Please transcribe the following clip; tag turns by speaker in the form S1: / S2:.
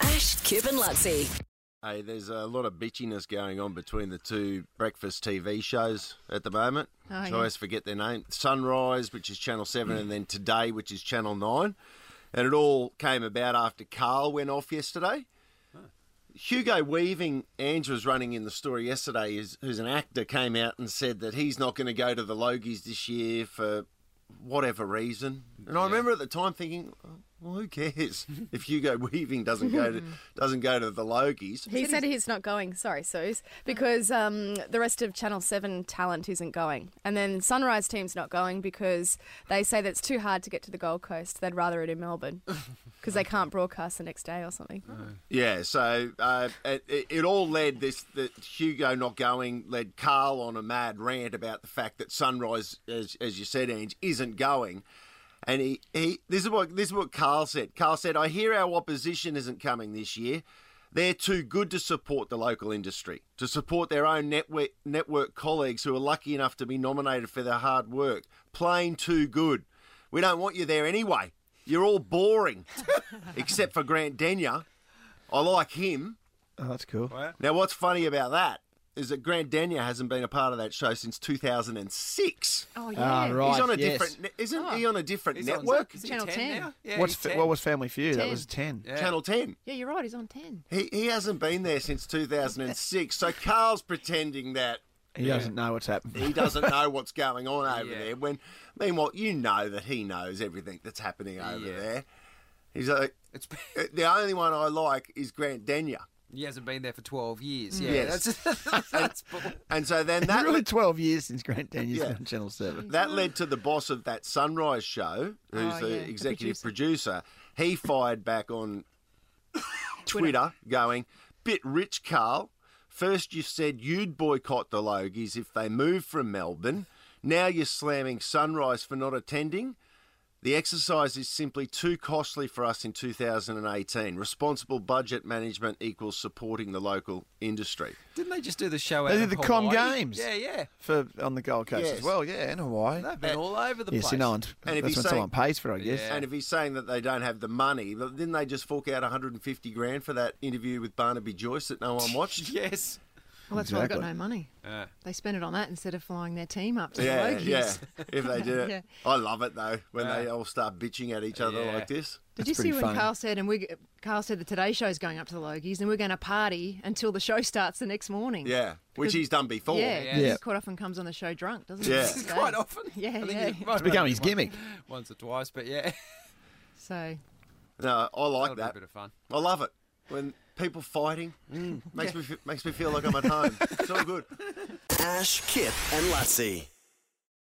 S1: Ash, Kip and Luxie.
S2: Hey, there's a lot of bitchiness going on between the two breakfast TV shows at the moment.
S3: Oh,
S2: I
S3: yeah.
S2: always forget their name. Sunrise, which is Channel 7, and then Today, which is Channel 9. And it all came about after Carl went off yesterday. Hugo Weaving, Ange was running in the story yesterday, is, who's an actor, came out and said that he's not going to go to the Logies this year for whatever reason. And I remember at the time thinking, well, who cares if Hugo Weaving doesn't go to doesn't go to the Logies?
S3: He said Oh. he's not going. Sorry, Suze, because um, the rest of Channel Seven talent isn't going, and then Sunrise team's not going because they say that's too hard to get to the Gold Coast. They'd rather it in Melbourne because they can't broadcast the next day or something.
S2: Yeah, so uh, it, it it all led this that Hugo not going led Carl on a mad rant about the fact that Sunrise, as, as you said, Ange, isn't going. And he, he this is what this is what Carl said. Carl said, "I hear our opposition isn't coming this year. They're too good to support the local industry, to support their own network network colleagues who are lucky enough to be nominated for their hard work. Plain too good. We don't want you there anyway. You're all boring, except for Grant Denyer." I like him.
S4: Oh, that's cool.
S2: Now, what's funny about that is that Grant Denyer hasn't been a part of that show since 2006.
S3: Oh
S4: Ah,
S3: yeah,
S4: right.
S2: he's on a
S4: yes.
S2: different, ne- isn't he on a different
S5: He's on-
S2: network?
S5: is he
S3: Channel 10.
S5: now? Yeah,
S4: What's
S5: he's
S4: fa-
S5: 10.
S4: what was Family Feud? That
S3: 10.
S4: was ten.
S5: Yeah.
S2: Channel 10.
S3: yeah, you're right. He's on ten.
S2: He, he hasn't been there since 2006. So Carl's pretending that
S4: He doesn't know what's happened.
S2: he doesn't know what's going on over
S5: Yeah.
S2: there. When meanwhile, you know that he knows everything that's happening over
S5: Yeah.
S2: there. He's like, "Uh,
S5: It's
S2: the only one I like is Grant Denyer.
S5: he hasn't been there for twelve years. Yeah,
S2: Yes.
S5: that's, that's bull-
S2: And so then
S4: It's
S2: that
S4: really twelve years since Grant Daniels
S2: Yeah.
S4: been on Channel Seven.
S2: That led to the boss of that Sunrise show, who's
S3: Oh,
S2: the
S3: yeah, the
S2: executive producer. He fired back on Twitter, going, "Bit rich, Carl. First you said you'd boycott the Logies if they moved from Melbourne. Now you're slamming Sunrise for not attending." The exercise is simply too costly for us in 2018. Responsible budget management equals supporting the local industry.
S5: Didn't they just do the show?
S4: They
S5: out
S4: did
S5: of
S4: the Com
S5: Hawaii?
S4: Games.
S5: Yeah, yeah.
S4: for on the Gold Coast
S2: Yes.
S4: as well. Yeah, and Hawaii.
S5: They've been all over the
S4: yeah,
S5: place.
S4: so no one.
S2: And if
S4: That's when
S2: he's
S4: someone pays for, it, I guess.
S5: Yeah.
S2: And if he's saying that they don't have the money, but didn't they just fork out 150 grand for that interview with Barnaby Joyce that no one watched?
S5: yes.
S6: Well, that's why they got
S4: Exactly.
S6: no money.
S5: Yeah.
S6: They spent it on that instead of flying their team up to
S2: yeah,
S6: the Logies.
S2: yeah. If they do it,
S6: Yeah.
S2: I love it though when they
S5: Yeah.
S2: all start bitching at each other
S5: Yeah.
S2: like this.
S6: Did
S4: That's
S6: you see
S4: pretty
S6: when
S4: funny.
S6: Carl said, and we Carl said the Today Show's going up to the Logies, and we're going to party until the show starts the next morning.
S2: Yeah, which he's done before.
S6: yeah.
S5: Mm. Yeah.
S6: 'cause
S4: Yeah.
S6: He quite often comes on the show drunk, doesn't he?
S2: Yeah.
S6: This day.
S5: Quite often.
S6: Yeah,
S5: I think
S6: yeah.
S5: he might have
S4: become
S5: done
S4: his
S5: it once-
S4: gimmick.
S5: Once or twice, but yeah,
S6: So
S2: No, I like
S5: that'll be a
S2: that.
S5: bit of fun.
S2: I love it when people fighting
S5: Mm.
S2: makes me me makes me feel like I'm at home. It's all good.
S1: Ash, Kip and Luxie.